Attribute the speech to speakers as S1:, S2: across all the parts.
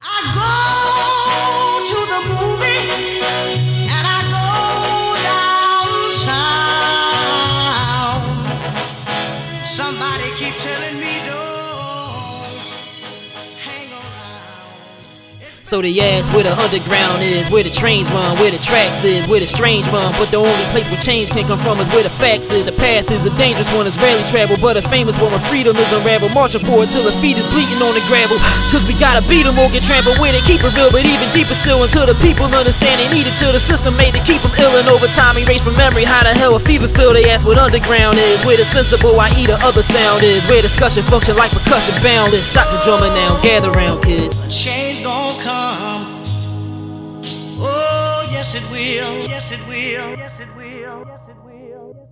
S1: I go to the movie and I go downtown. Somebody keep telling me don't hang around.
S2: So they ask where the underground is, where the trains run, where the tracks is, where the strange run. But the only place where change can come from is where the facts is. The path is a dangerous one, it's rarely traveled, but a famous one where freedom is unraveled. Marching forward till the feet is bleeding on the gravel. Cause we gotta beat 'em or get trampled with it. Keep it real, but even deeper still until the people understand they need it. Till the system made to keep 'em ill and over time erase from memory how the hell a fever feel. They ask what underground is, where the sensible I eat the other sound is, where discussion function like percussion boundless. Stop the drumming now, gather round kids.
S1: change gonna come. Oh, yes it will. Yes it will. Yes it will. Yes it will. Yes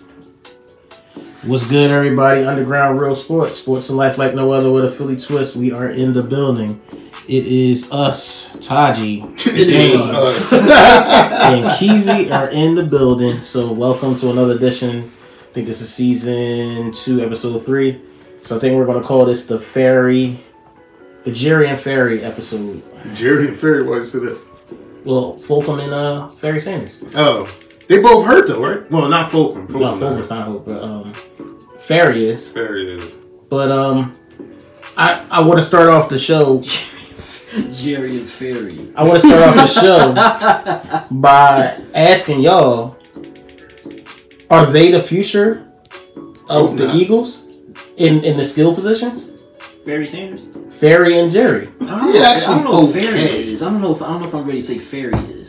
S1: it will.
S3: What's good, everybody? Underground Real Sports, sports and life like no other with a Philly twist. We are in the building. It is us, Taji,
S4: It
S3: James,
S4: is us.
S3: and Keezy are in the building. So, welcome to another edition. I think this is season two, episode three. So, I think we're going to call this the Fairy, the Jerry and Fairy episode.
S4: Jerry and Ferry why you say that?
S3: Well, Fulcum and uh, Fairy Sanders.
S4: Oh. They both hurt though, right? Well, not Fulcrum. Fulcrum.
S3: Well, Fulcum's not hope, but um, Fairy is.
S4: Ferry is.
S3: But um, I I want to start off the show.
S5: Jerry and Fairy.
S3: I want to start off the show by asking y'all: Are they the future of the
S4: Nah.
S3: Eagles in in the skill positions?
S5: Barry Sanders? I
S3: Ferry and Jerry.
S5: don't
S4: He
S5: know, I
S4: actually
S5: don't know if Fairy
S4: okay.
S5: is. I don't know if I don't know if I'm ready to say Fairy is.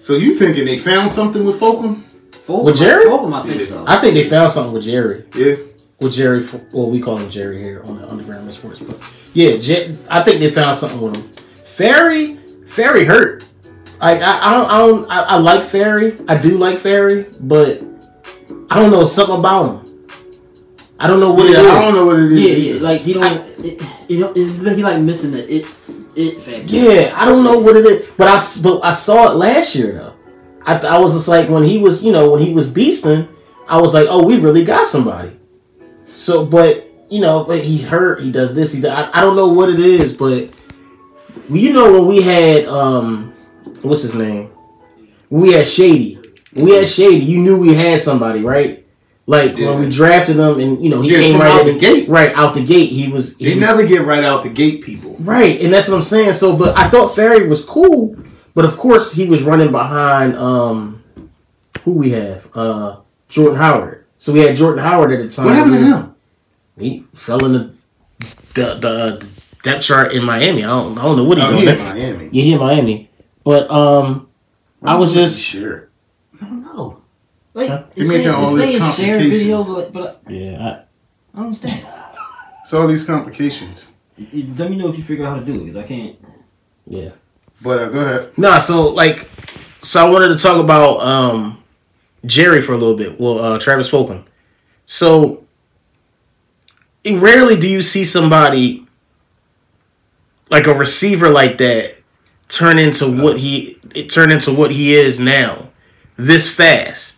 S4: So you thinking they found something with Fulcrum?
S5: Fulcrum,
S3: With Jerry?
S5: Fulcrum, I think
S4: Yeah.
S5: so.
S3: I think they found something with Jerry.
S4: Yeah.
S3: With Jerry, well, we call him Jerry here on the Underground Sports, but yeah, Je- I think they found something with him. Ferry, Ferry hurt. Like I, I don't, I don't, I, I like Ferry. I do like Ferry, but I don't know something about him. I don't know what
S4: yeah,
S3: it is.
S4: I don't know what it is.
S5: yeah,
S4: either.
S5: yeah. Like he don't.
S3: I-
S5: it, you know, it's like he like missing the it it factor.
S3: Yeah, I don't know what it is, but I s- but I saw it last year though. I, I was just like when he was you know when he was beasting, I was like oh we really got somebody. So but you know but he hurt he does this he does, I, I don't know what it is but you know when we had um what's his name we had Shady we had Shady you knew we had somebody right like
S4: Yeah.
S3: when we drafted him and you know he
S4: Yeah,
S3: came
S4: from
S3: right
S4: out
S3: in-
S4: the gate.
S3: right out the gate he was he
S4: They
S3: was-
S4: never get right out the gate, people.
S3: Right, and that's what I'm saying. So, but I thought Ferry was cool, but of course he was running behind um, who we have, uh, Jordan Howard. So we had Jordan Howard at the time.
S4: What happened to him?
S3: He fell in the the, the depth chart in Miami. I don't, I don't know what he
S4: Oh,
S3: doing.
S4: he in
S3: Yeah,
S4: Miami.
S3: yeah, he in Miami. But um,
S4: Oh,
S3: I was just
S4: sure.
S5: I don't know. Like
S3: Huh?
S4: They
S5: it's
S4: making
S5: saying,
S4: all
S5: it's
S4: this
S5: saying share
S4: complications.
S5: video, but but
S3: yeah,
S5: I don't understand.
S4: It's all these complications.
S5: You- Let me know if you figure out how to do it. 'cause I can't.
S3: yeah.
S4: But uh, go ahead.
S3: Nah, so like, so I wanted to talk about um Jerry for a little bit. Well, uh, Travis Fulton. So it- rarely do you see somebody like a receiver like that turn into what he it turn into what he is now this fast.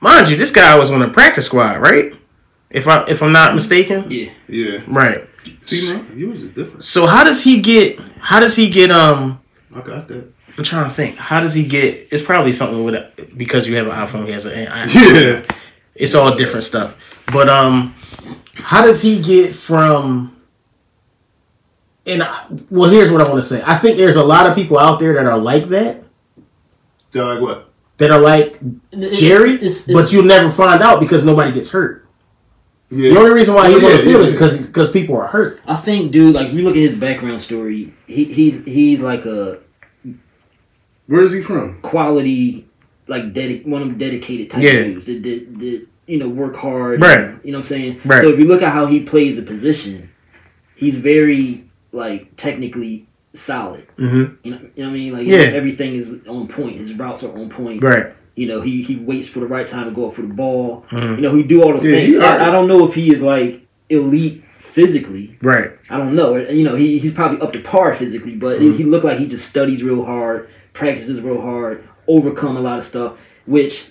S3: Mind you, this guy was on the practice squad, right? If I if I'm not mistaken,
S5: Yeah.
S4: Yeah.
S3: right.
S4: See, man, yours is different.
S3: So how does he get? How does he get? Um.
S4: I got that.
S3: I'm trying to think. How does he get? It's probably something with a, because you have an iPhone. He has an iPhone.
S4: Yeah.
S3: It's all different stuff. But um, how does he get from? And I, well, here's what I want to say. I think there's a lot of people out there that are like that.
S4: So like what?
S3: That are like Jerry,
S5: It's- it's-
S3: but you'll never find out because nobody gets hurt.
S4: Yeah. Oh,
S3: The only reason why he's
S4: Yeah,
S3: on the field
S4: yeah,
S3: is
S4: yeah.
S3: because because people are hurt.
S5: I think, dude. Like, if you look at his background story, he, he's he's like a
S4: Where is he from?
S5: quality, like dedic- one of them dedicated type
S3: Yeah.
S5: of dudes that, that, that you know work hard.
S3: Right.
S5: and- you know what I'm saying.
S3: Right.
S5: So if you look at how he plays the position, he's very like technically solid.
S3: Mm-hmm.
S5: You know, you know what I mean? Like
S3: Yeah.
S5: everything is on point. His routes are on point.
S3: Right.
S5: You know, he he waits for the right time to go up for the ball.
S3: Mhm.
S5: You know, he do all the
S4: Yeah,
S5: things.
S4: he already-
S5: I, I don't know if he is like elite physically.
S3: Right.
S5: I don't know. You know, he, he's probably up to par physically, but he
S3: Mm-hmm.
S5: looked like he just studies real hard, practices real hard, overcome a lot of stuff. Which,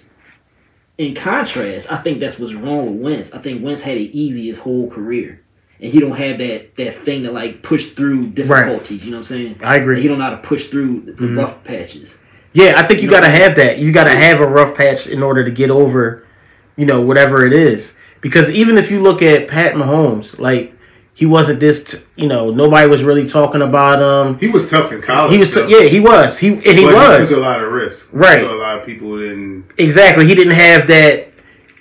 S5: in contrast, I think that's what's wrong with Wentz. I think Wentz had it easy his whole career.
S6: and he don't have that that thing to like push through difficulties. You know what I'm saying?
S3: I agree.
S6: He don't know how to push through the, the
S3: Mhm.
S6: rough patches.
S3: Yeah, I think you
S6: You know-
S3: gotta have that. You gotta have a rough patch in order to get over, you know, whatever it is. Because even if you look at Pat Mahomes, like he wasn't this, t- you know, nobody was really talking about him.
S4: He was tough in college.
S3: He was,
S4: though.
S3: t- yeah, he was, he and he
S4: But
S3: was
S4: He took a lot of risk.
S3: Right.
S4: So a lot of people didn't.
S3: exactly. He didn't have that.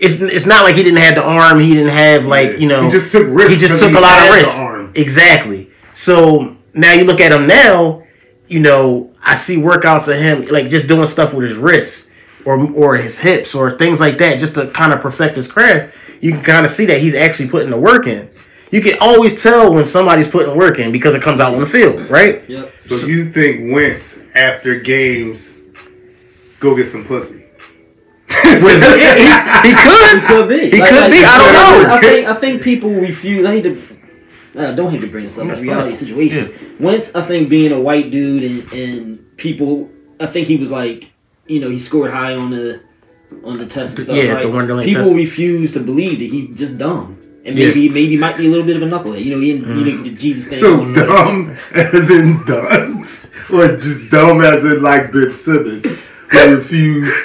S3: It's it's not like he didn't have the arm. He didn't have like you know.
S4: He just took risks.
S3: he just
S4: 'cause
S3: took a lot
S4: had
S3: of
S4: the
S3: risks.
S4: arm.
S3: Exactly. So now you look at him now, you know, I see workouts of him like just doing stuff with his wrists or or his hips or things like that, just to kind of perfect his craft. You can kind of see that he's actually putting the work in. You can always tell when somebody's putting work in because it comes out on the field, right?
S6: Yep.
S4: So if you think Wentz after games, go get some pussy.
S3: With- he, he
S6: He
S3: could.
S6: could be.
S3: He could be, I don't know.
S6: I think I think people refuse. I hate to. Uh, don't hate to bring this up. It's a reality situation. Once I think being a white dude and, and people, I think he was like, you know, he scored high on the on the test and stuff.
S3: Yeah,
S6: right?
S3: the Wonderland
S6: people
S3: test.
S6: refuse to believe that he just dumb. And
S3: Yeah. Mm.
S6: maybe maybe he might be a little bit of a knucklehead. You know, he didn't, he didn't get the Jesus thing.
S4: So
S6: going on.
S4: dumb as in dunce, or just dumb as in like Ben Simmons, who refused.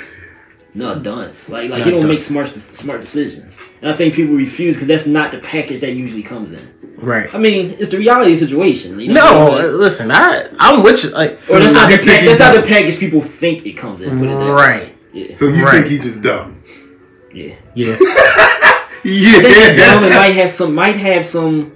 S6: No, dunce. Like like
S3: Not
S6: he don't
S3: dunce.
S6: make smart smart decisions. And I think people refuse because that's not the package that usually comes in.
S3: Right.
S6: I mean, it's the reality situation. You know?
S3: No, uh, listen, I I'm with you. Like,
S6: Or that's not, the
S4: You think
S6: pack, that's
S4: he's
S6: not the
S4: dumb.
S6: package people think it comes in. Put it that way.
S3: right.
S6: Yeah.
S4: So you
S3: Right.
S4: think he just dumb?
S6: yeah.
S3: Yeah.
S4: Yeah.
S6: I think the gentleman might have some might have some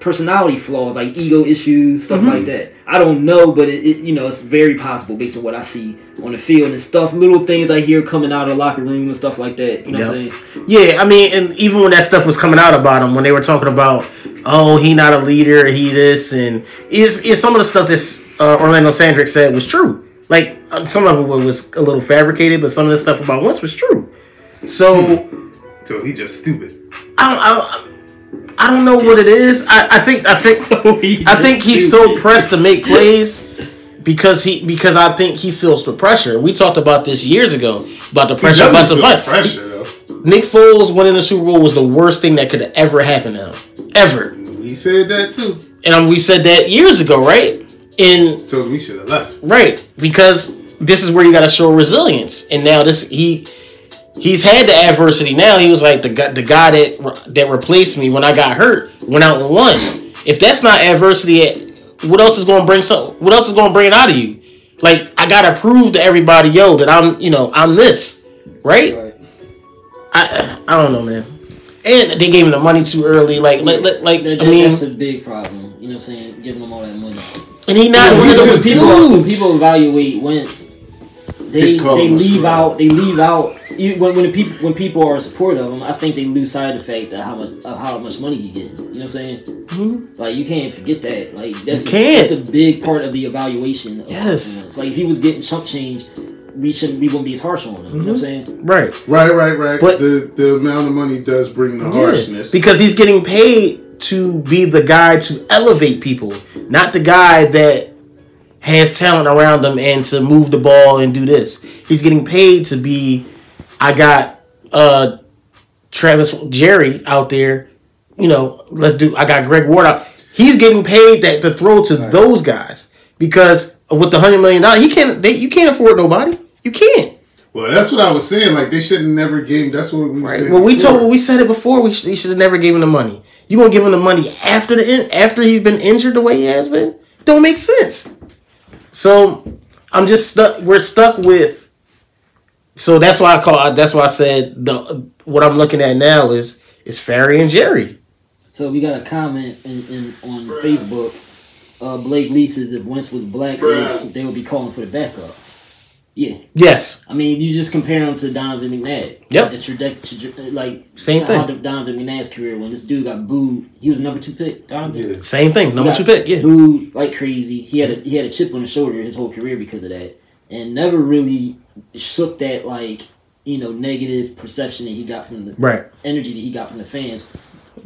S6: personality flaws like ego issues,
S3: Mm-hmm.
S6: stuff like that. I don't know, but it, it you know it's very possible based on what I see on the field and stuff. Little things I hear coming out of the locker room and stuff like that. You know what I'm saying?
S3: Yeah, I mean, and even when that stuff was coming out about him, when they were talking about, oh, he not a leader, he this, and is is some of the stuff that uh, Orlando Sandrick said was true. Like uh, some of it was a little fabricated, but some of the stuff about once was true. So
S4: So he just stupid.
S3: I, I I don't know what it is. I, I think I think
S6: So he
S3: I think
S6: just
S3: he's so
S6: stupid.
S3: pressed to make plays because he because I think he feels the pressure. We talked about this years ago about the pressure of
S4: He
S3: us
S4: doesn't
S3: and punt.
S4: feel the Pressure though.
S3: Nick Foles winning the Super Bowl was the worst thing that could have ever happened to him. Ever.
S4: He said that too.
S3: And um, we said that years ago, right? And
S4: So we should have left.
S3: right, because this is where you gotta show resilience. And now this he he's had the adversity now. He was like the guy the guy that re- that replaced me when I got hurt went out and won. If that's not adversity at what else is gonna bring so what else is gonna bring it out of you? Like I gotta prove to everybody, yo, that I'm you know, I'm this. Right? I I don't know, man. And they gave him the money too early. Like, like, like, like,
S5: That,
S3: I
S5: that-
S3: mean,
S5: that's a big problem. You know what I'm saying? Giving them all that money.
S3: and he not
S4: Yeah,
S3: one
S4: we
S3: of those
S4: just-
S3: dudes.
S4: people-
S5: When people evaluate Wentz, they
S4: They call
S5: they
S4: him a
S5: leave
S4: scrub.
S5: out they leave out you- when when the people when people are supportive of him. I think they lose sight of the fact that how much of how much money he gets. You know what I'm saying? Like you can't forget that. Like that's
S3: Hmm? You can't.
S5: that's a big part of the evaluation. Of
S3: Yes.
S5: Wentz. Like if he was getting chump change, we shouldn't we wouldn't be as harsh on him. You know what
S3: Mm-hmm.
S5: I'm saying?
S3: right?
S4: Right, right, right.
S3: But-
S4: the the amount of money does bring the harshness.
S3: Because he's getting paid to be the guy to elevate people, not the guy that has talent around him and to move the ball and do this. He's getting paid to be. I got uh Travis Jerry out there. You know, let's do. I got Greg Ward out. He's getting paid that to throw to those guys because with the hundred million dollars, he can't. They, you can't afford nobody. You can't.
S4: well, that's what I was saying. Like they shouldn't never give. That's what we were
S3: Right.
S4: saying.
S3: Well, we
S4: before.
S3: told we said it before. We should, should have never gave him the money. You gonna give him the money after the in- after he's been injured the way he has been? Don't make sense. So I'm just stuck. We're stuck with. So that's why I call. That's why I said the what I'm looking at now is is Ferry and Jerry.
S5: So we got a comment in, in on Facebook. Uh, Blake Lee says if Wentz was black, they would, they would be calling for the backup. Yeah,
S3: Yes,
S5: I mean you just compare him to Donovan McNabb.
S3: Yep.
S5: Like, the traje- traje- like
S3: Same
S5: how
S3: thing.
S5: Donovan McNabb's career when this dude got booed. He was number two pick. Donovan.
S4: Yeah.
S3: same thing. Number
S5: Yeah.
S3: two pick. Yeah,
S5: Booed like crazy. He had a he had a chip on his shoulder his whole career because of that, and never really shook that like you know negative perception that he got from the
S3: right.
S5: energy that he got from the fans.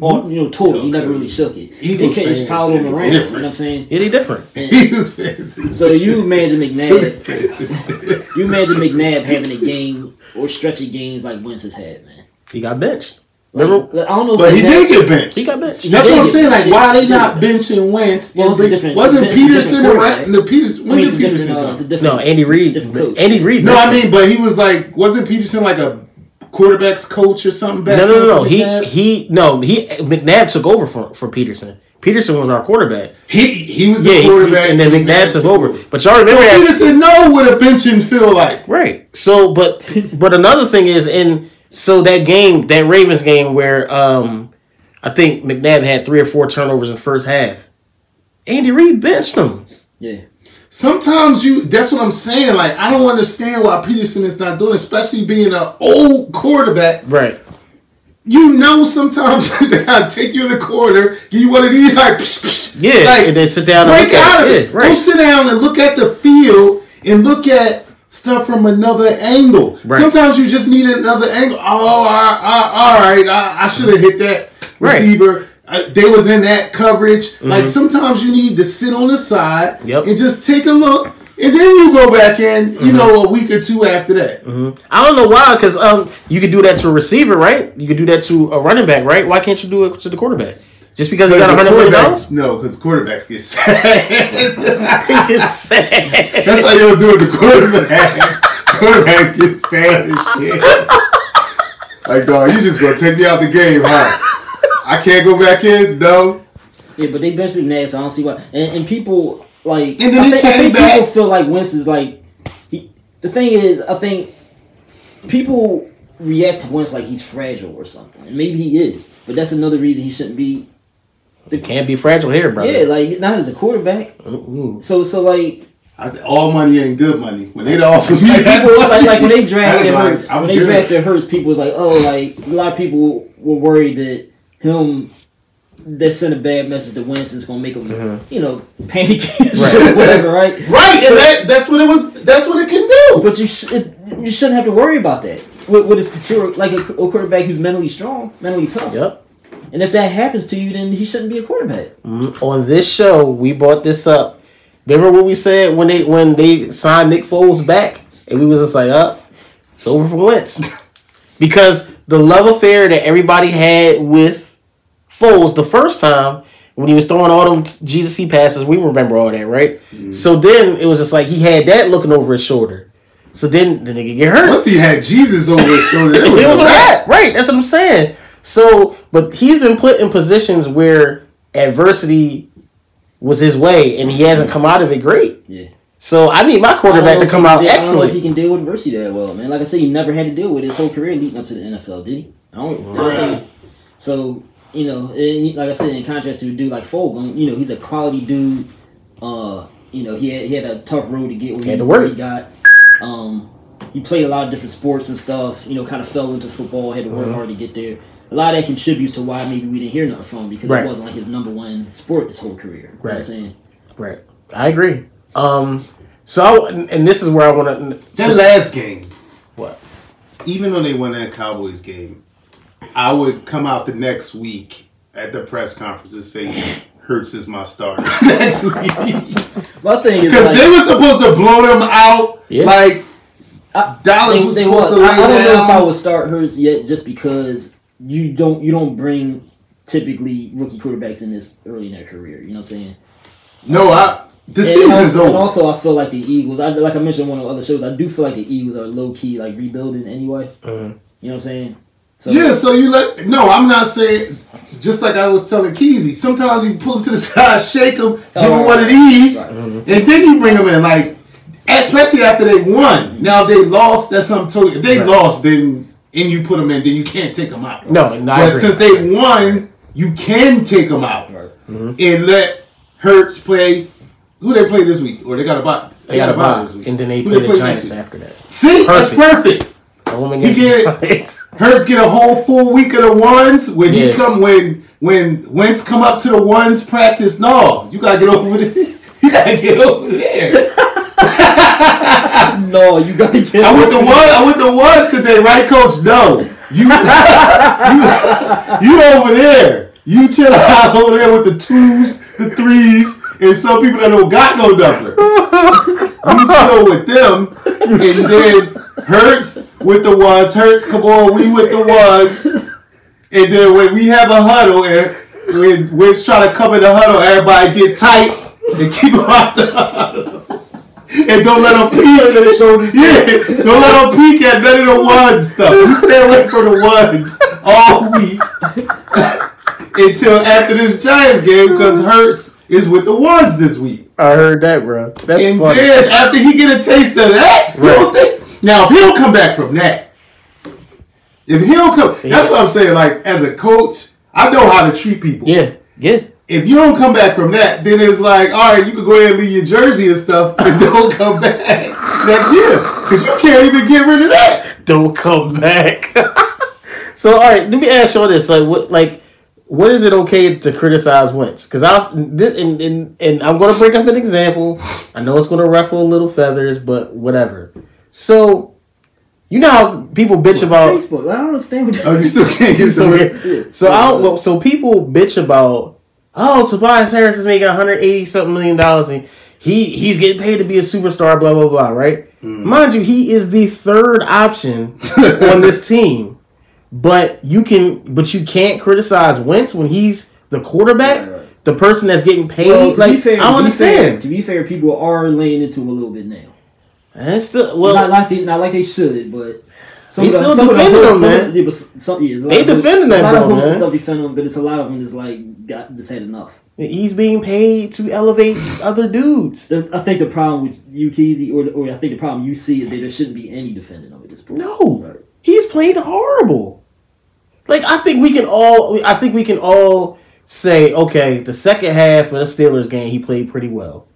S5: Or you know, totally, he never really shook it.
S4: Eagles
S5: they can't just
S4: fans
S5: pile him
S4: is
S5: around. You know what
S4: different.
S5: I'm saying?
S3: It is different.
S4: He was fancy.
S5: So you imagine McNabb,
S4: Fancy.
S5: you imagine McNabb having a game or stretch of games like Wentz has had, man.
S3: He got benched. Remember?
S5: I don't know. if
S4: But
S5: they
S4: he
S5: back-
S4: did get benched.
S3: He got benched.
S4: That's what I'm
S5: did.
S4: saying. Like,
S5: He
S4: why they
S5: did.
S4: not benching Wentz?
S5: Well,
S4: and
S5: it's a
S4: bring-
S5: different-
S4: Wasn't
S5: it's a different
S4: Peterson
S5: quarterback.
S4: around? The Peterson.
S5: I
S4: When
S5: mean, it's
S4: did
S5: a different.
S4: Peterson
S5: No, it's a
S4: come?
S5: different.
S3: No, Andy Reid.
S5: different coach.
S3: Andy Reid.
S4: No,
S3: benched
S4: I
S3: him.
S4: mean, but he was like, wasn't Peterson like a quarterback's coach or something back?
S3: No, no,
S4: then
S3: no, no.
S4: for
S3: He
S4: McNabb?
S3: he no. He McNabb took over for for Peterson. Peterson was our quarterback.
S4: he he was the
S3: Yeah, he-
S4: quarterback,
S3: and then McNabb took over. But y'all remember that
S4: Peterson know what a benching feel like.
S3: Right. So, but but another thing is, and so that game, that Ravens game, where um, I think McNabb had three or four turnovers in the first half. Andy Reid benched him.
S5: Yeah.
S4: Sometimes you that's what I'm saying. Like I don't understand why Peterson is not doing, it, especially being an old quarterback.
S3: Right.
S4: You know sometimes they gotta take you in the corner, give you one of these like psh, psh,
S3: Yeah,
S4: like,
S3: and then sit down and
S4: break
S3: look at
S4: out of
S3: it.
S4: it.
S3: Yeah, right.
S4: Go sit down and look at the field and look at stuff from another angle.
S3: Right.
S4: Sometimes you just need another angle. Oh, all right, all right, I, I should have hit that
S3: Right. Mm-hmm.
S4: receiver. I, they was in that coverage. Like sometimes you need to sit on the side
S3: Yep. Mm-hmm.
S4: and just take a look, and then you go back in. You know, a week or two after that.
S3: I don't know why, because um, you could do that to a receiver, right? You could do that to a running back, right? Why can't you do it to the quarterback? Just because he got a
S4: Because
S3: hundred
S4: the
S3: million dollars?
S4: quarterbacks- No, because quarterbacks get sad.
S3: It's sad.
S4: That's how y'all do it to quarterbacks. quarterbacks get sad and shit. Like, dog, you just gonna take me out the game, huh? I can't go back in, no.
S5: Yeah, but they bench McNabb, so I don't see why. And, and people like
S4: And then
S5: I
S4: he
S5: think, I
S4: came
S5: think
S4: back.
S5: people feel like Wentz is like he, the thing is I think people react to Wentz like he's fragile or something. And maybe he is, but that's another reason he shouldn't be.
S3: Can't be fragile here, bro.
S5: Yeah, like not as a quarterback. So so like
S4: I- all money ain't good money. When they the offers, like,
S5: people like like when they
S4: I'm
S5: drafted
S4: like,
S5: Hurts,
S4: I'm
S5: when they
S4: good.
S5: drafted Hurts, people was like, oh, like a lot of people were worried that him that sent a bad message to Wentz is gonna make him, you know, panic or whatever, right?
S4: Right, and that, that's what it was. That's what it can do.
S5: But you sh- it, you shouldn't have to worry about that with, with a secure like a, a quarterback who's mentally strong, mentally tough.
S3: Yep.
S5: And if that happens to you, then he shouldn't be a quarterback.
S3: on this show, we brought this up. Remember what we said when they when they signed Nick Foles back, and we was just like, "Up, it's over for Wentz," because the love affair that everybody had with Foles the first time when he was throwing all them Jesus he passes, we remember all that, right?
S4: Mm-hmm.
S3: So then it was just like he had that looking over his shoulder. So then the nigga get hurt
S4: Once he had Jesus over his shoulder, it was,
S3: it was
S4: a
S3: a
S4: wrap.
S3: wrap. Right. That's what I'm saying. So, but he's been put in positions where adversity was his way, and he hasn't come out of it great.
S5: Yeah.
S3: So I need my
S5: I don't
S3: quarterback
S5: know
S3: to
S5: if
S3: come
S5: he
S3: out
S5: did- I don't know if he
S3: excellent.
S5: can deal with adversity that well, man. Like I said, he never had to deal with it his whole career leading up to the NFL, did he? I don't, I don't think- So you know, and like I said, in contrast to a dude like Fogle, you know, he's a quality dude. Uh, you know, he had he had a tough road to get where he,
S3: Had to
S5: where
S3: work.
S5: he got. Um, he played a lot of different sports and stuff. You know, kind of fell into football, had to work hard to get there. A lot of that contributes to why maybe we didn't hear nothing from him because
S3: Right.
S5: it wasn't like his number one sport this whole career. You know what I'm
S3: Right.
S5: saying?
S3: Right. I agree. Um. So, I- and, and this is where I want to.
S4: That last game,
S3: what?
S4: even though they won that Cowboys game, I would come out the next week at the press conference and say, Hurts is my starter next week.
S5: My thing is
S4: Because
S5: like,
S4: they were supposed to blow them out.
S3: Yeah.
S4: Like,
S5: I-
S4: Dallas
S5: They-
S4: was
S5: they
S4: supposed
S5: was.
S4: to lay
S5: I, I don't know if I
S4: down.
S5: would start Hurts yet, just because you don't you don't bring typically rookie quarterbacks in this early in their career. You know what I'm saying?
S4: no, I. The
S5: and,
S4: season's
S5: also, and
S4: over.
S5: also, I feel like the Eagles. I, like I mentioned on one of the other shows, I do feel like the Eagles are low key like rebuilding anyway. You know what I'm saying? So
S4: yeah, so you let. No, I'm not saying. Just like I was telling Keezy, sometimes you pull them to the side, shake them, give them
S5: right,
S4: one of
S5: right,
S4: these,
S5: Oh, right.
S4: and then you bring them in. Like, especially after they won. Now, if they lost, that's something totally. If they lost, then and you put them in, then you can't take them out.
S3: No, and I
S4: But
S3: agree.
S4: since they won, you can take them out
S3: Mm-hmm.
S4: and let Hurts play. Who they play this week? Or they got a bye.
S3: they got a
S4: bye
S3: bye, and then they
S4: Who
S3: play the
S4: play
S3: Giants
S4: next week?
S3: after that.
S4: See, that's
S3: Perfect.
S4: perfect.
S3: A woman
S4: He
S3: gets the
S4: did.
S3: Giants.
S4: Hurts get a whole full week of the ones when he
S3: Yeah.
S4: come when when Wentz come up to the ones practice. No, you gotta get over there. You gotta get over there.
S5: no, you gotta get.
S4: I went the one. I went the ones today, right, Coach? No, you you, you over there. You chill out over there with the twos, the threes, and some people that don't got no doubler. You chill with them, and then Hurts with the ones. Hurts, come on, we with the ones. And then when we have a huddle and when Wiz try to cover the huddle, everybody get tight and keep them out the huddle. And don't let them peek.
S3: their shoulders.
S4: Yeah, don't let them peek at none of the ones stuff. You stay away from the ones all week until after this Giants game because Hurts is with the ones this week.
S3: I heard that, bro. That's
S4: and
S3: funny.
S4: then after he get a taste of that, you don't think- now if he'll come back from that, if he'll come, that's what I'm saying. Like as a coach, I know how to treat people.
S3: Yeah, yeah.
S4: If you don't come back from that, then it's like, all right, you can go ahead and leave your jersey and stuff, but don't come back next year because you can't even get rid of that.
S3: Don't come back. so, all right, let me ask y'all this: like, what, like, what is it okay to criticize Wentz? Because I, this, and, and and I'm going to bring up an example. I know it's going to ruffle a little feathers, but whatever. So, you know how people bitch about
S5: Facebook. I don't understand what.
S4: Oh, you still can't get
S3: so,
S4: rid of
S3: weird. so I don't- well, so people bitch about oh Tobias Harris is making 180 something million dollars and he he's getting paid to be a superstar blah blah blah right mind you he is the third option on this team but you can but you can't criticize Wentz when he's the quarterback
S5: Right, right.
S3: the person that's getting paid
S5: Well, to
S3: like
S5: be fair,
S3: I don't
S5: to be fair-
S3: understand
S5: to be fair, people are laying into him a little bit now.
S3: and it's still well
S5: not like they, not like they should, but some
S3: They
S5: of the-
S3: still
S5: some of the
S3: defending
S5: hoods-
S3: him,
S5: some of-
S3: man.
S5: yeah, but s- some- yeah, it's a
S3: They
S5: lot of hoods-
S3: defending that
S5: A lot of
S3: bro,
S5: hoods
S3: man.
S5: and stuff defend him, but it's a lot of them that's like got just had enough.
S3: he's being paid to elevate other dudes
S5: The- I think the problem with you, Keezy, or or I think the problem you see is that there shouldn't be any defending him at this point.
S3: No.
S5: Right.
S3: He's played horrible. Like I think we can all I think we can all say okay, the second half of the Steelers game he played pretty well.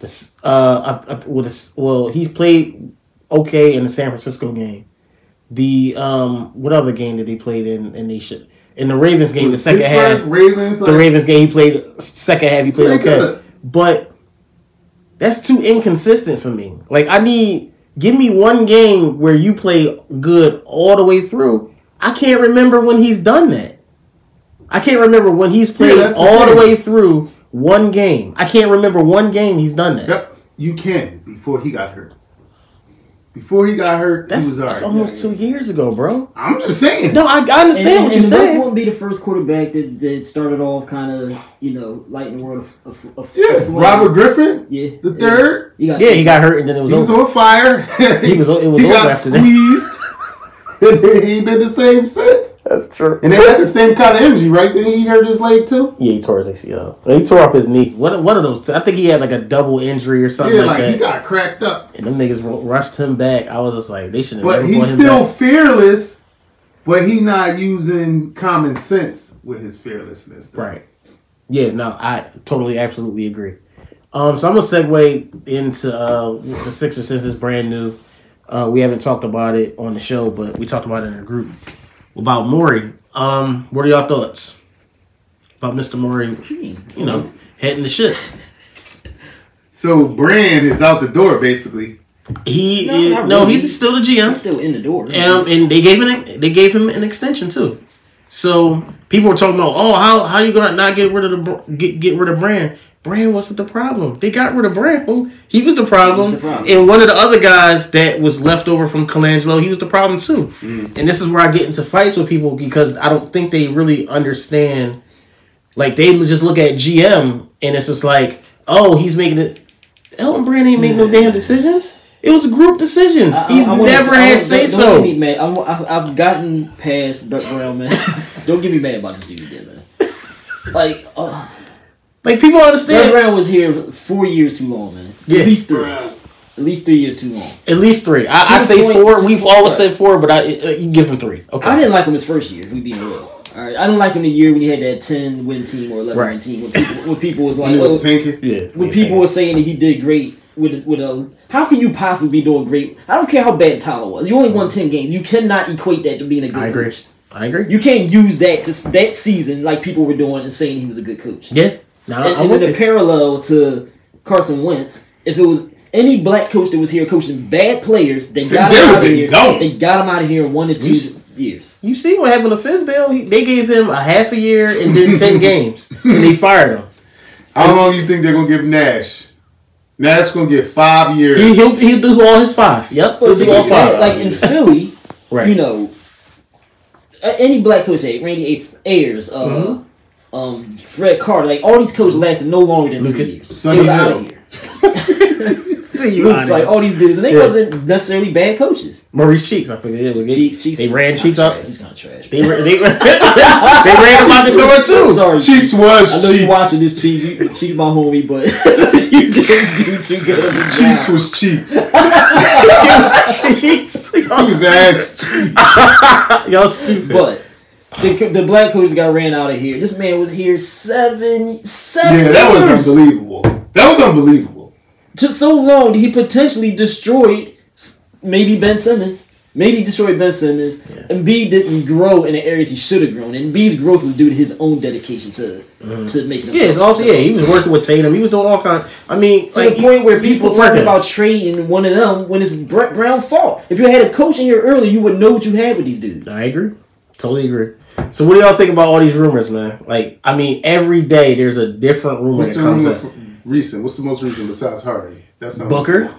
S3: This uh I, I, well, this, well he played okay in the San Francisco game. The um what other game did he played in in they should in the Ravens game the second half
S4: Pittsburgh Ravens,
S3: the
S4: like,
S3: Ravens game he played second half he played
S4: Played
S3: okay.
S4: good.
S3: But that's too inconsistent for me. Like I need give me one game where you play good all the way through. I can't remember when he's done that. I can't remember when he's played
S4: that's the
S3: all the
S4: thing.
S3: way through one game. I can't remember one game he's done that.
S4: Yep, you can before he got hurt. Before he got hurt,
S3: That's,
S4: he was all
S3: that's
S4: right.
S3: almost two years ago, bro.
S4: I'm just saying.
S3: No, I, I understand what you're
S5: and Wentz
S3: saying.
S5: wouldn't be the first quarterback that, that started off kind of you know lighting the world of, of, of
S4: Yeah,
S5: of-
S4: Robert Griffin,
S5: yeah,
S4: the
S5: yeah.
S4: third,
S5: You got
S3: Yeah, he got hurt and then it was
S4: he was
S3: over.
S4: on fire.
S3: He was- it was
S4: he
S3: over
S4: got
S3: after that.
S4: squeezed. and then he been the same since.
S3: That's true.
S4: And they had the same kind of energy, right? Then he hurt his leg too.
S3: Yeah, he tore his ACL. He tore uh, up his knee. One, one of those. Two. I think he had like a double injury or something
S4: yeah,
S3: like,
S4: like
S3: that.
S4: he got cracked up,
S3: and them niggas ru- rushed him back. I was just like, they should have.
S4: but
S3: never
S4: he's
S3: brought him
S4: still
S3: back.
S4: fearless. But he not using common sense with his fearlessness. though.
S3: right. Yeah, no, I totally, absolutely agree. Um, so I'm gonna segue into uh, the Sixers since it's brand new. Uh, we haven't talked about it on the show, but we talked about it in a group about Maury. Um, what are y'all thoughts about Mr. Maury? You know, heading the shit.
S4: So Brand is out the door basically.
S3: He
S5: No,
S3: is,
S5: not
S3: no,
S5: really.
S3: he's still the
S5: he's
S3: GM.
S5: still in the door.
S3: Um, and they gave an they gave him an extension too. So people were talking about, oh, how how you gonna not get rid of the Br- get get rid of Brand? Brand wasn't the problem. They got rid of Brand. He was the problem.
S5: He was the problem.
S3: And one of the other guys that was left over from Colangelo, he was the problem too.
S5: Mm.
S3: And this is where I get into fights with people because I don't think they really understand. Like they just look at GM and it's just like, oh, he's making it. Elton Brand ain't make no damn decisions. It was group decisions.
S5: I- I-
S3: he's
S5: I wanna-
S3: never
S5: I
S3: had
S5: wanna-
S3: say
S5: don't-
S3: so.
S5: Don't get me mad. I'm, I, I've gotten past Brett Brown, man. don't get me mad about this dude, there, man. Like, uh,
S3: Like people
S5: Brett
S3: understand.
S5: Brown was here four years too long, man.
S3: Yeah.
S5: At least three. At least three years too long.
S3: At least three. I, I
S5: Two
S3: say
S5: point-
S3: four.
S5: two
S3: We've
S5: point
S3: always
S5: five.
S3: said four, but I uh, you give him three. Okay.
S5: I didn't like him his first year. if We being real. All right, I didn't like him the year when he had that ten win team or eleven win
S3: Right.
S5: team when people, when people was
S4: When
S5: like,
S4: he was
S5: oh,
S4: tanking.
S3: yeah.
S5: when people were saying that he did great with with a how can you possibly be doing great? I don't care how bad Tyler was. You only won ten games. You cannot equate that to being a good
S3: I agree.
S5: coach.
S3: I agree.
S5: You can't use that to that season like people were doing and saying he was a good coach.
S3: Yeah. No,
S5: And,
S3: I'm
S5: and
S3: with
S5: then the
S3: it.
S5: parallel to Carson Wentz, if it was any black coach that was here coaching bad players, they got
S4: They
S5: him out of
S4: would've
S5: here.
S4: been gone.
S5: They got him out of here in one to two
S3: s-
S5: years.
S3: you see what happened to Fizdale? He, they gave him a half a year and then ten games, and they fired him.
S4: How long you think they're gonna give Nash? Nash gonna get five years.
S3: He, he'll he'll do all his five. Yep.
S5: But
S3: He'll
S5: if
S3: do all
S5: you
S3: five.
S5: like in Philly,
S3: Right.
S5: you know, uh, any black coach had Randy A- Ayers, uh,
S3: Mm-hmm.
S5: um, Fred Carter, like all these coaches lasted no longer than
S4: Lucas
S5: three years.
S4: Sonny
S5: they were out
S4: Hill.
S5: of here. Lucas, like oh all these dudes, and they wasn't necessarily bad coaches.
S3: Maurice Cheeks, I forget. it was-
S5: Cheeks, Cheeks
S3: they
S5: was
S3: ran
S5: kinda
S3: Cheeks
S5: trash.
S3: out.
S5: He's kind of trash.
S3: They ran, they, ran- they ran him out the door too.
S5: Sorry,
S4: Cheeks was
S5: I know
S4: cheeks.
S5: you watching this, Cheeks. You, Cheeks my homie, but you didn't do too good of a job.
S4: Cheeks was cheeks.
S3: Cheeks,
S4: He was ass cheeks.
S3: y'all stupid.
S5: But the, co- the black coaches got ran out of here. This man was here seven seven
S4: Yeah, that
S5: years.
S4: was unbelievable. That was unbelievable.
S5: Took so long that he potentially destroyed s- maybe Ben Simmons. Maybe destroyed Ben Simmons. And B didn't grow in the areas he should have grown. And B's growth was due to his own dedication to to making.
S3: Mm-hmm. Yeah, it's all, yeah, he was working with Tatum. He was doing all kind. I mean,
S5: to the point where people talking
S3: working.
S5: about trading one of them when it's Brett Brown's fault. If you had a coach in here earlier, you would know what you had with these dudes.
S3: I agree, totally agree. So, what do y'all think about all these rumors, man? Like, I mean, every day there's a different rumor
S4: What's
S3: that
S4: the
S3: comes
S4: rumor
S3: up.
S4: for- recent? What's the most recent besides Hardy? That's not
S3: Booker,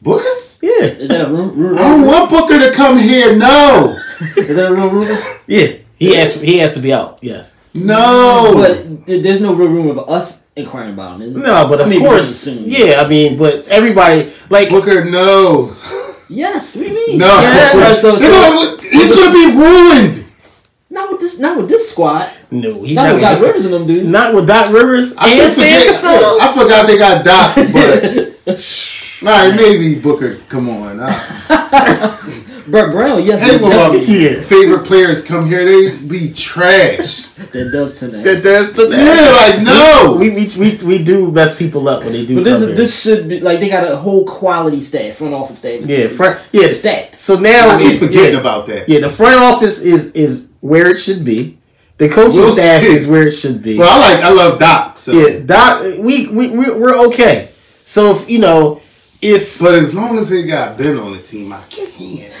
S4: Booker?
S3: yeah,
S5: Is that a rumor? rumor-
S4: I don't want Booker to come here. No,
S5: Is that a real rumor?
S3: yeah. He has he has to be out. Yes.
S4: no.
S5: But th- there's no real rumor of us inquiring about him. is there?
S3: No, but
S5: I
S3: of
S5: mean, because
S3: course,
S5: soon.
S3: yeah. I mean, but everybody like
S4: Booker, no,
S5: Yes. What do you mean?
S4: no.
S3: Yeah,
S4: Booker.
S5: so-
S4: They're gonna- he's gonna be ruined.
S5: Not with this. Not with this squad.
S3: no, he
S5: Not
S3: not,
S5: with Doc
S3: not,
S5: Rivers and them dudes.
S3: not with Doc Rivers
S4: I
S3: and
S4: keep forgetting-
S3: Sam Cassell.
S4: I forgot they got Doc, but all right, maybe Booker. Come on, I,
S5: Brett Brown. Yes.
S4: Hey,
S5: That,
S4: well,
S5: does,
S3: Yeah.
S4: favorite players come here, they be trash.
S5: that does tonight.
S3: That- that's to
S4: Yeah, like no.
S3: We, we we we do mess people up when they do.
S5: but this
S3: come
S5: is
S3: here.
S5: this should be like they got a whole quality staff, front office staff.
S3: Yeah,
S5: It's
S3: front. Yes.
S5: stacked.
S3: So now
S4: I keep forgetting
S3: yeah,
S4: about that.
S3: Yeah, the front office is is where it should be. The coaching
S4: We'll
S3: staff
S4: see.
S3: is where it should be.
S4: But I like I love Doc. So.
S3: yeah, Doc. We we we we're okay. So if, you know, if
S4: But as long as they got Ben on the team, I can't.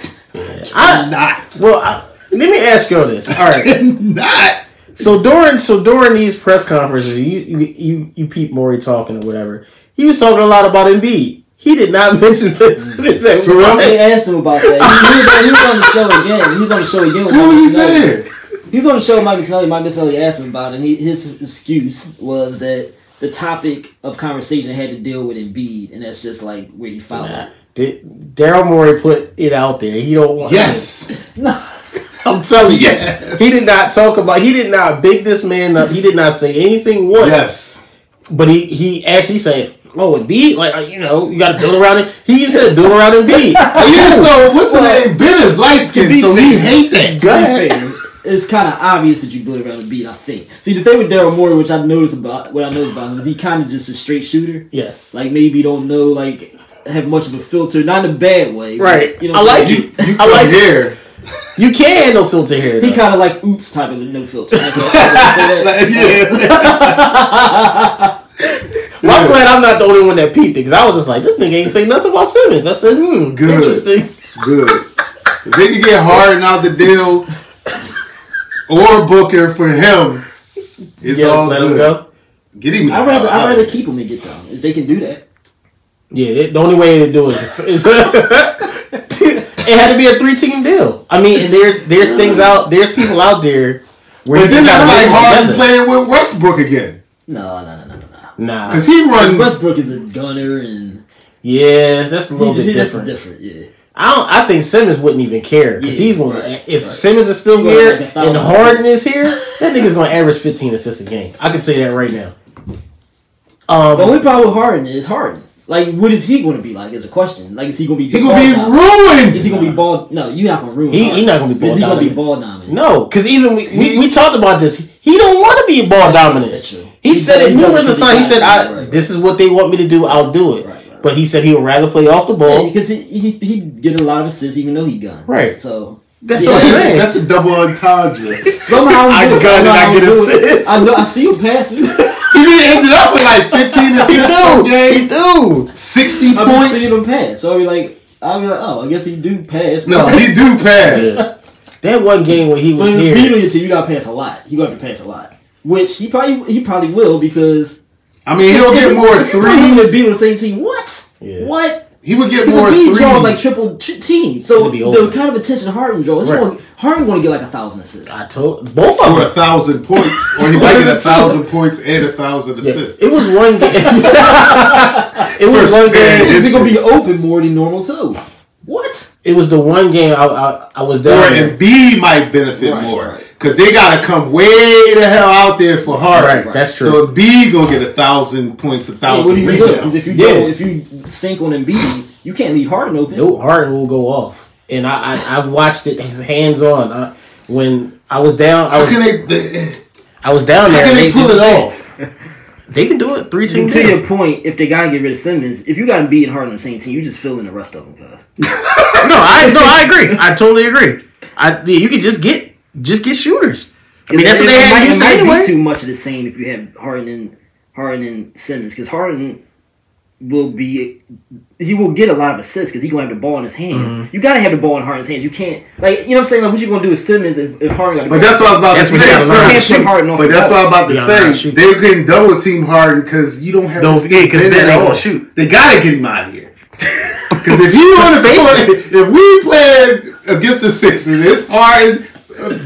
S3: I
S4: Not.
S3: well, I, let me ask you all this. All right.
S4: Not.
S3: So during so during these press conferences, you you you, you peep Maury talking or whatever. He was talking a lot about Embiid. He did not mention Ben Simmons at
S4: For real?
S3: one.
S5: They asked him about that. He, he was, he was on the show again. He was on the show again. With
S4: What
S5: Mike
S4: was he
S5: Snow.
S4: saying?
S5: He was on the show with Mike Misselli. Mike Misselli asked him about it, and he, his excuse was that the topic of conversation had to deal with Embiid, and that's just like where he found
S3: Nah.
S5: it.
S3: Daryl Morey put it out there. He don't want.
S4: Yes.
S3: I'm telling you.
S4: Yes.
S3: He did not talk about. He did not big this man up. He did not say anything once.
S4: Yes.
S3: But he he actually said, "Oh, Embiid, like uh, you know, you got to build around it." He even said, "Build around Embiid."
S4: Yeah. So what's
S3: Well,
S4: the name? Ben is light skinned,
S3: be
S4: so he
S3: fair-
S4: hate
S3: Go
S4: that.
S5: To be
S3: ahead.
S5: fair, it's kind of obvious that you build around Embiid. I think. See, the thing with Daryl Morey, which I noticed about what I noticed about him, is he kind of just a straight shooter.
S3: Yes.
S5: Like maybe don't know, like have much of a filter, not in a bad way. but,
S3: Right.
S5: You know,
S3: I
S5: what I'm
S3: like
S5: saying?
S3: it.
S4: You
S3: I
S4: come
S3: like it.
S4: here.
S3: You can no filter here.
S5: He
S3: though.
S5: kind of like oops type of no filter. That's what I was gonna say that.
S4: Like, yeah.
S3: Well, I'm glad I'm not the only one that peeped it because I was just like, this nigga ain't say nothing about Simmons. I said, hmm,
S4: Good.
S3: interesting.
S4: Good. If they can get Harden out the deal or Booker for him, it's
S3: yeah,
S4: all
S3: let
S4: good.
S3: him go.
S4: Get him.
S5: I'd rather I'd
S4: out.
S5: rather keep him and get down if they can do that.
S3: Yeah, it, the only way to do it is, is it had to be a three team deal. I mean, and there there's things out there's people out there where
S4: But
S3: you
S4: then
S3: just gotta
S4: that's like
S3: mix
S4: Harden
S3: together.
S4: playing with Westbrook again.
S5: No, no, no, no, no.
S3: Nah,
S4: Because he
S5: no.
S4: runs.
S5: Westbrook is a gunner and
S3: yeah, that's a little
S5: he's,
S3: bit
S5: he's
S3: different.
S5: different. different. Yeah,
S3: I don't. I think Simmons wouldn't even care because
S5: Yeah,
S3: he's one.
S5: right,
S3: if
S5: right.
S3: Simmons is still
S5: He gonna
S3: here
S5: make a thousand
S3: and Harden is
S5: assists.
S3: here, that nigga's gonna average 15 assists a game. I can say that right now. Um,
S5: the only problem with Harden is Harden. Like, what is he going to be like? Is a question. Like, is he going to be?
S4: He gonna be
S5: ball dominant? Is
S4: ruined.
S5: he going to be ball? No, you not going to ruin.
S3: He- he
S5: Harden.
S3: not gonna be
S5: Is
S3: ball
S5: he going to be
S3: dominant.
S5: ball dominant?
S3: No, because even we, we, we talked about this. He don't want to be ball dominant.
S5: That's true.
S3: He, said it numerous
S5: does-
S3: of times. He said,
S5: Right,
S3: "I
S5: right, right.
S3: this is what they want me to do. I'll do it."
S5: Right, right, right.
S3: But he said he would rather play off the ball.
S5: because he, he he get a lot of assists even though he gunned.
S3: Right.
S5: So
S3: That's
S5: Yeah.
S3: what I'm saying.
S4: That's a double entendre. he
S5: somehow
S3: I
S5: do it.
S3: gun and I
S5: Somehow
S3: get
S5: do it.
S3: assists.
S5: I know. I see him passing.
S4: really ended up with like 15
S3: he
S4: assists
S3: do.
S4: a
S3: He
S4: game,
S3: do.
S4: 60
S5: I've been seeing
S4: points.
S5: him pass. So I'll be like, I'll be like, oh, I guess he do pass.
S4: No, he do pass.
S3: Yeah. That one game when he was
S5: But
S3: here,
S5: beat on your team, you gotta pass a lot. You gotta pass a lot, which he probably he probably will because
S4: I mean, he'll get more
S5: if you put him and
S4: threes.
S5: beat on the same team. What?
S3: Yeah.
S5: What?
S4: He would get
S5: Because
S4: more
S5: Embiid
S4: threes.
S5: draws like triple t- team, so
S3: It'll be over.
S5: the kind of attention Harden draws,
S3: Right.
S5: it's going, Harden going to get like a thousand assists.
S3: I told both of
S4: for a
S3: them.
S4: thousand points, or he
S3: One
S4: might
S3: of
S4: get
S3: the
S4: a
S3: two.
S4: thousand points and a thousand
S3: Yeah,
S4: assists.
S3: It was one game. it was
S4: First
S3: one
S4: day.
S3: game.
S5: Is it going to be open more than normal too? What?
S3: It was the one game I I, I was
S4: Or
S3: down. there.
S4: Embiid might benefit
S5: Right,
S4: more
S5: right.
S4: because they got to come way the hell out there for Harden.
S3: Right, that's
S4: So Embiid gonna get a thousand points, a
S5: Yeah, what
S4: thousand
S5: do you do? Because
S4: rebounds.
S5: if you
S3: Yeah.
S5: go, if you sink on Embiid, you can't leave Harden open.
S3: No, Harden will go off, and I I, I watched it hands on. I, when I was down, I
S4: How can
S3: was
S4: they?
S3: I was down
S4: How
S3: there.
S4: can
S3: and
S4: they pull it
S3: just-
S4: off?
S3: They can do it. Three
S6: And
S3: team
S6: to
S3: deal.
S6: your point, if they gotta get rid of Simmons, if you got Embiid and Harden on the same team, you just fill in the rest of them, cuz.
S3: No, I no, I agree. I totally agree. I you can just get just get shooters. I mean, that's what
S6: It-
S3: they
S6: it
S3: had
S6: might-
S3: used
S6: It might
S3: anyway.
S6: be too much of the same if you have Harden and Harden and Simmons, because Harden will be he will get a lot of assists because he gonna have the ball in his hands.
S4: Mm-hmm.
S6: You gotta have the ball in Harden's hands. You can't like you know what I'm saying. Like what you gonna do with Simmons if, if Harden got the
S4: But
S6: ball?
S4: that's what I was about
S3: That's
S4: to
S3: when you gotta learn how to
S4: say.
S6: can't
S4: sir.
S6: pick Harden off.
S4: But
S6: the
S4: that's
S6: ball.
S4: what I'm about to
S3: You gotta learn how to
S4: say.
S3: shoot.
S4: They're getting double team Harden because you don't have.
S3: Don't-
S4: this-
S3: yeah, 'cause
S4: Ben
S3: Ben
S4: at
S3: ain't
S4: all.
S3: gonna shoot.
S4: They gotta get him out of here. Because if you want
S3: Space
S4: to, if we playing against the Sixers, it's Harden,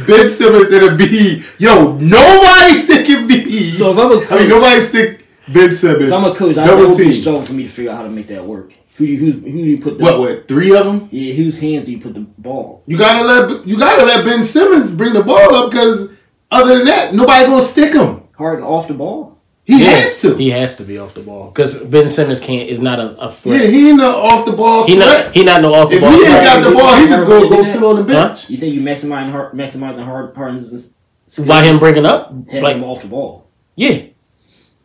S4: Ben Simmons, and a B. Yo, nobody sticking B.
S5: So if I'm a coach,
S4: I mean, nobody stick Ben Simmons.
S5: if I'm a coach, I know it
S4: double
S5: would be
S4: team.
S5: struggle for me to figure out how to make that work. Who do you, who's, who do you put the
S4: What? What? Three of them.
S5: Yeah, whose hands do you put the ball?
S4: You gotta let you gotta let Ben Simmons bring the ball up because other than that, nobody gonna stick him.
S5: Harden off the ball?
S4: He
S3: Yeah,
S4: has to.
S3: He has to be off the ball because Ben Simmons can't is not a, a
S4: Yeah,
S3: threat.
S4: he ain't no off the ball
S3: he
S4: threat.
S3: not he not no off the
S4: if
S3: ball.
S4: he ain't
S3: threat.
S4: got the ball, he just gonna go sit on the
S3: Huh?
S4: bench.
S5: You think you maximizing Har- maximizing Hard Harden's skill
S3: by him bringing up
S5: having
S3: like
S5: him off the ball?
S3: Yeah,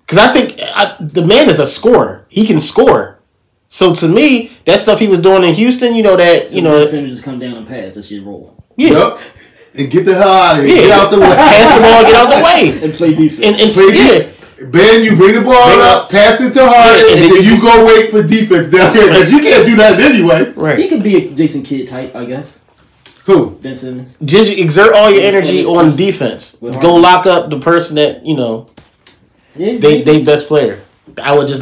S3: because I think I, the man is a scorer. He can score. So to me, that stuff he was doing in Houston, you know that
S5: So
S3: you know,
S5: Simmons just come down and pass. That's your role.
S3: yeah,
S4: Yup. And get the hell out of here.
S3: Yeah.
S4: Get out the way.
S3: pass the ball, get out the way,
S5: And play defense.
S3: and and
S4: But
S3: yeah,
S4: you- Ben, you bring the ball
S3: Bring it
S4: up, pass it to Harden,
S3: Yeah,
S4: and, then you go wait for defense down here because you can't do that anyway.
S5: he
S3: right.
S5: could be a Jason Kidd type, I guess.
S4: Who?
S5: Ben Simmons.
S3: Just exert all your
S5: It's-
S3: energy
S5: it's-
S3: on defense.
S5: With
S3: Go
S5: Harden.
S3: lock up the person that you know
S5: Yeah,
S3: they
S5: yeah.
S3: they best player. I would just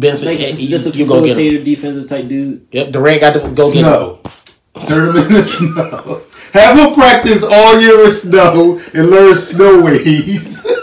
S3: Benson.
S5: Like,
S3: Yeah,
S5: just, just a
S3: you, you go get him.
S5: facilitator, defensive type dude.
S3: Yep, Durant got to go get him.
S4: Snow. Turn him into snow. Have him practice all year in snow and learn snow ways.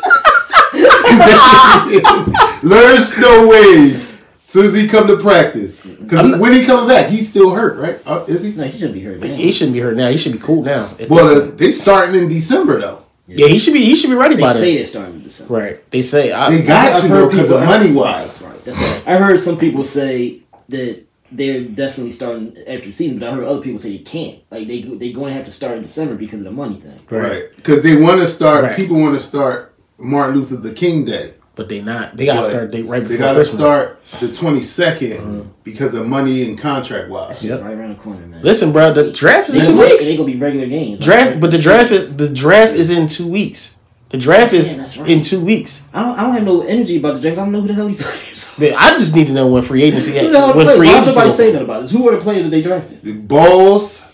S4: 'Cause that's- learn snow ways. Soon as he come to practice, because when he coming back, he's still hurt, right? Uh, is he?
S5: No, he shouldn't be hurt. Man.
S3: He shouldn't be hurt now. He should be cool now.
S4: Well, uh, they starting in December though.
S3: yeah, he should be. He should be ready
S5: They
S3: by
S5: say
S3: then.
S5: they're starting in December.
S3: Right? They say I,
S4: They got
S5: I've
S4: to
S5: heard
S4: though because
S5: people-
S4: of money wise.
S5: Right. That's right. I heard some people say that they're definitely starting after the season, but I heard other people say they can't. Like they they going to have to start in December because of the money thing.
S4: Right. Because they want to start,
S3: Right.
S4: people want to start Martin Luther the King Day.
S3: But they not. They gotta
S4: But
S3: start date right before
S4: They got to
S3: Christmas.
S4: start the 22nd because of money and contract wise.
S3: Yep.
S5: Right around the corner, man.
S3: Listen, bro, the draft is
S5: they
S3: in two
S5: gonna,
S3: weeks.
S5: They gonna be regular games.
S3: Draft,
S5: Like,
S3: but the draft is the draft is in two weeks. The draft
S5: Yeah,
S3: is
S5: that's right.
S3: in two weeks.
S5: I don't. I don't have no energy about the draft. I don't know who the hell these players are.
S3: Man, I just need to know when free agency.
S5: Who the hell the
S3: When
S5: players?
S3: free
S5: Why
S3: agency.
S5: does nobody
S3: open.
S5: say that about us? Who are the players that they drafted?
S4: The Bulls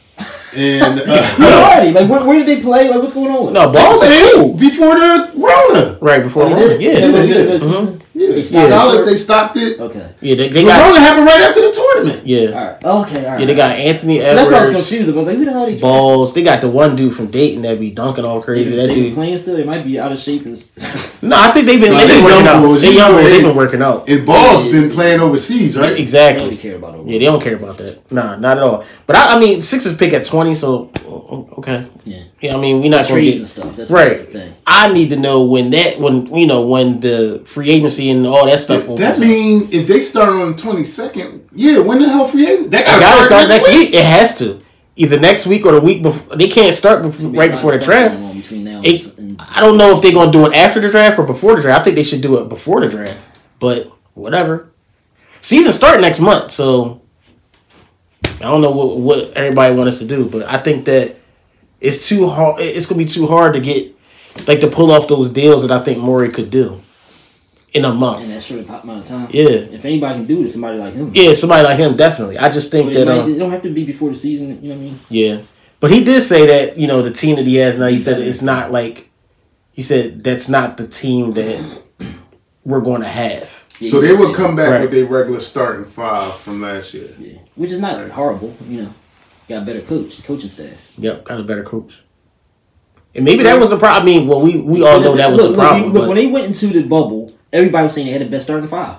S4: and.
S5: Who
S4: Uh,
S5: are they? Like where, where did they play? Like what's going on?
S3: No, balls is cool.
S4: Before the Rona.
S3: Right before
S5: They
S3: Rona.
S5: did?
S3: Yeah,
S5: They
S3: yeah,
S5: did
S4: yeah.
S5: this
S3: Mhm.
S5: season?
S4: Yeah.
S5: They
S4: They
S5: stopped
S4: stopped,
S5: it.
S4: they stopped it.
S5: Okay.
S3: they, they
S4: The
S3: got
S4: Rona happened right after the tournament.
S5: All
S3: yeah,
S5: right. Okay. All right.
S3: yeah. They got Anthony
S5: So that's why I was
S3: Edwards.
S5: confused. I was like, who the hell are they?
S3: Balls. They got the one dude from Dayton that be dunking all
S5: They,
S3: crazy.
S5: they,
S3: That
S5: be
S3: dude.
S5: playing still. They might be out of shape. And s-
S3: No, I think they've been
S4: No,
S3: they've
S4: they
S3: been working
S4: young
S3: out.
S4: boys.
S3: They
S4: You
S3: young
S4: know
S3: boys.
S4: they-
S3: They've been working out.
S4: And Ball's been playing overseas, right?
S5: they don't
S3: Exactly.
S5: care about it.
S3: Yeah, they don't care about that. Nah, not at all. But I, I mean, Sixers pick at twenty, so o- o- okay.
S5: Yeah.
S3: I mean, we're not going to
S5: trees and
S3: get.
S5: stuff. That's
S3: Right.
S5: right. the thing.
S3: I need to know when that, when you know, when the free agency and all that stuff. will
S4: That mean if they start on the 22nd, yeah, when the hell free agent? That
S3: It
S4: got to
S3: gotta
S4: start,
S3: start
S4: next week.
S3: It has to, either next week or the week before. They can't start
S5: To
S3: bef
S5: be
S3: right
S5: honest,
S3: before the
S5: that's
S3: draft.
S5: going on Between now and,
S3: It-
S5: and
S3: I don't know if they're going to do it after the draft or before the draft. I think they should do it before the draft, but whatever. Season start next month, so I don't know what, what everybody wants us to do, but I think that it's too hard. It's going to be too hard to get like to pull off those deals that I think Murray could do in a
S5: in
S3: month.
S5: that short amount of time.
S3: Yeah,
S5: If anybody can do it, it's somebody like him.
S3: yeah, somebody like him definitely. I just
S5: But
S3: think
S5: it,
S3: that.
S5: might,
S3: um,
S5: it don't have to be before the season. You know what I mean?
S3: Yeah, but he did say that you know the team that he has now. He said it's not like he said that's not the team that we're going to have.
S5: Yeah,
S7: So
S5: you
S7: they
S5: can
S7: would
S5: see
S7: come back
S3: Right.
S7: with their regular starting five from last year.
S5: it. Yeah. Which is not horrible, you know. Got better coach, coaching staff.
S3: Yep, got a better coach. And maybe that was the problem. I mean, well, we, we all know Oh, that was
S5: look,
S3: the
S5: look,
S3: problem.
S5: you- Look,
S3: but-
S5: when they went into the bubble, everybody was saying they had the best starting five.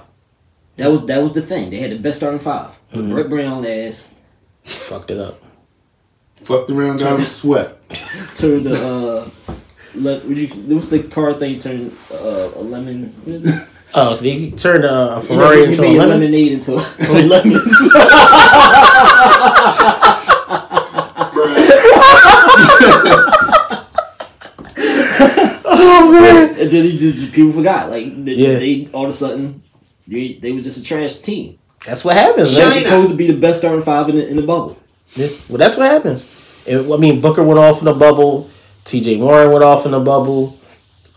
S5: That was that was the thing. They had the best starting five.
S3: Mm-hmm.
S5: With Brett Brown as
S3: fucked it up.
S7: Fucked around, got them sweat.
S5: to the uh, le- would you, what's the car thing turned uh, a lemon? what is it?
S3: Oh, they turned a
S5: You know,
S3: Ferrari
S5: you
S3: into a
S5: made
S3: lemon.
S5: lemonade into a
S3: Into lemons.
S5: And then he just, people forgot. Like they,
S3: Yeah.
S5: they all of a sudden they, they was just a trash team.
S3: That's what happens.
S5: They were
S3: man.
S5: supposed to be the best starting five in the, in the bubble.
S3: Yeah, Well, that's what happens. It- I mean, Booker went off in a bubble. T.J. Warren went off in a bubble.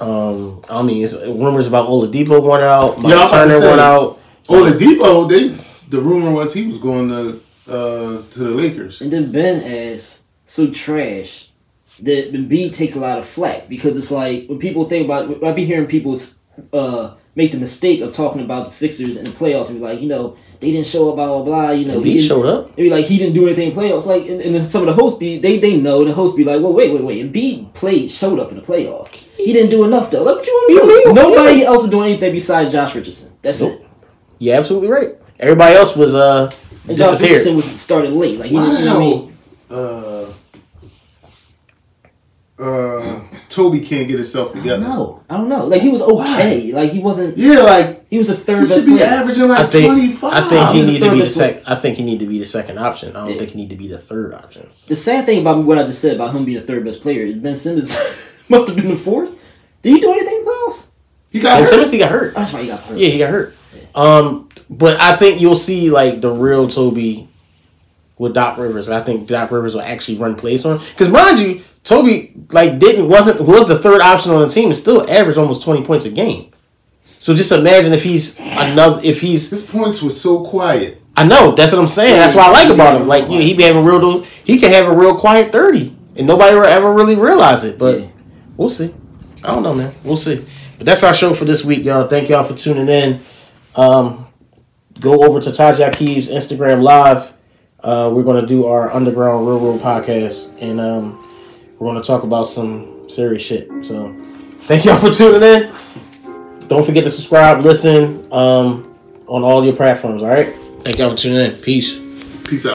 S3: Um, I mean, it's, rumors about Oladipo went out. Mike
S7: Yeah, I was about to
S3: Turner
S7: say.
S3: went out.
S7: Oladipo, they the rumor was he was going to uh, to the Lakers.
S5: And then Ben as so trash that Embiid takes a lot of flack because it's like when people think about I be hearing people uh, make the mistake of talking about the Sixers in the playoffs and be like, you know, they didn't show up, blah blah blah. You know,
S3: And
S5: he
S3: he
S5: didn't-
S3: showed up.
S5: It'd be like he didn't do anything in playoffs. Like, and, and then some of the hosts be they they know the hosts be like, well, wait, wait, wait. Embiid played, showed up in the playoffs. He didn't do enough though. Like, what you want to do? Nobody else was doing anything besides Josh Richardson. That's it.
S3: You're absolutely right. Everybody else was uh
S5: And Josh
S3: disappeared.
S5: Richardson was started late. Like, he
S7: Why
S5: didn't,
S7: the
S5: you know what I mean?
S7: hell uh, uh, Toby can't get himself
S5: I don't
S7: together?
S5: know. I don't know. Like he was okay. Like he wasn't.
S7: Yeah, like
S5: He was the third
S7: he
S5: best
S7: should be
S5: player.
S7: averaging like
S3: I
S7: twenty
S3: think
S7: five.
S3: I think
S5: He's
S3: he
S5: the
S3: need to
S5: third
S3: be the
S5: best
S3: sec. I think he need to be the second option. I don't
S5: Yeah.
S3: think he need to be the third option.
S5: The sad thing about what I just said about him being the third best player is Ben Simmons must have been the fourth. Did he do anything in playoffs?
S7: he got
S3: And
S7: hurt.
S3: Simmons he got hurt.
S5: Oh, that's why he got hurt.
S3: Yeah, he got hurt. Um, but I think you'll see like the real Toby with Doc Rivers. And I think Doc Rivers will actually run plays on because mind you, Toby like didn't wasn't was the third option on the team and still averaged almost twenty points a game. So just imagine if he's another if he's
S7: His points were so quiet.
S3: I know that's what I'm saying. That's what I like about him. Like you know, he be having real he can have a real quiet thirty and nobody will ever really realize it. But
S5: Yeah.
S3: we'll see. I don't know, man. We'll see. But that's our show for this week, y'all. Thank y'all for tuning in. Um, go over to Tajak Keeves Instagram Live. Uh, we're gonna do our Underground Railroad podcast, and um, we're gonna talk about some serious shit. So, thank y'all for tuning in. Don't forget to subscribe, listen um, on all your platforms. All right. Thank y'all for tuning in. Peace.
S7: Peace out.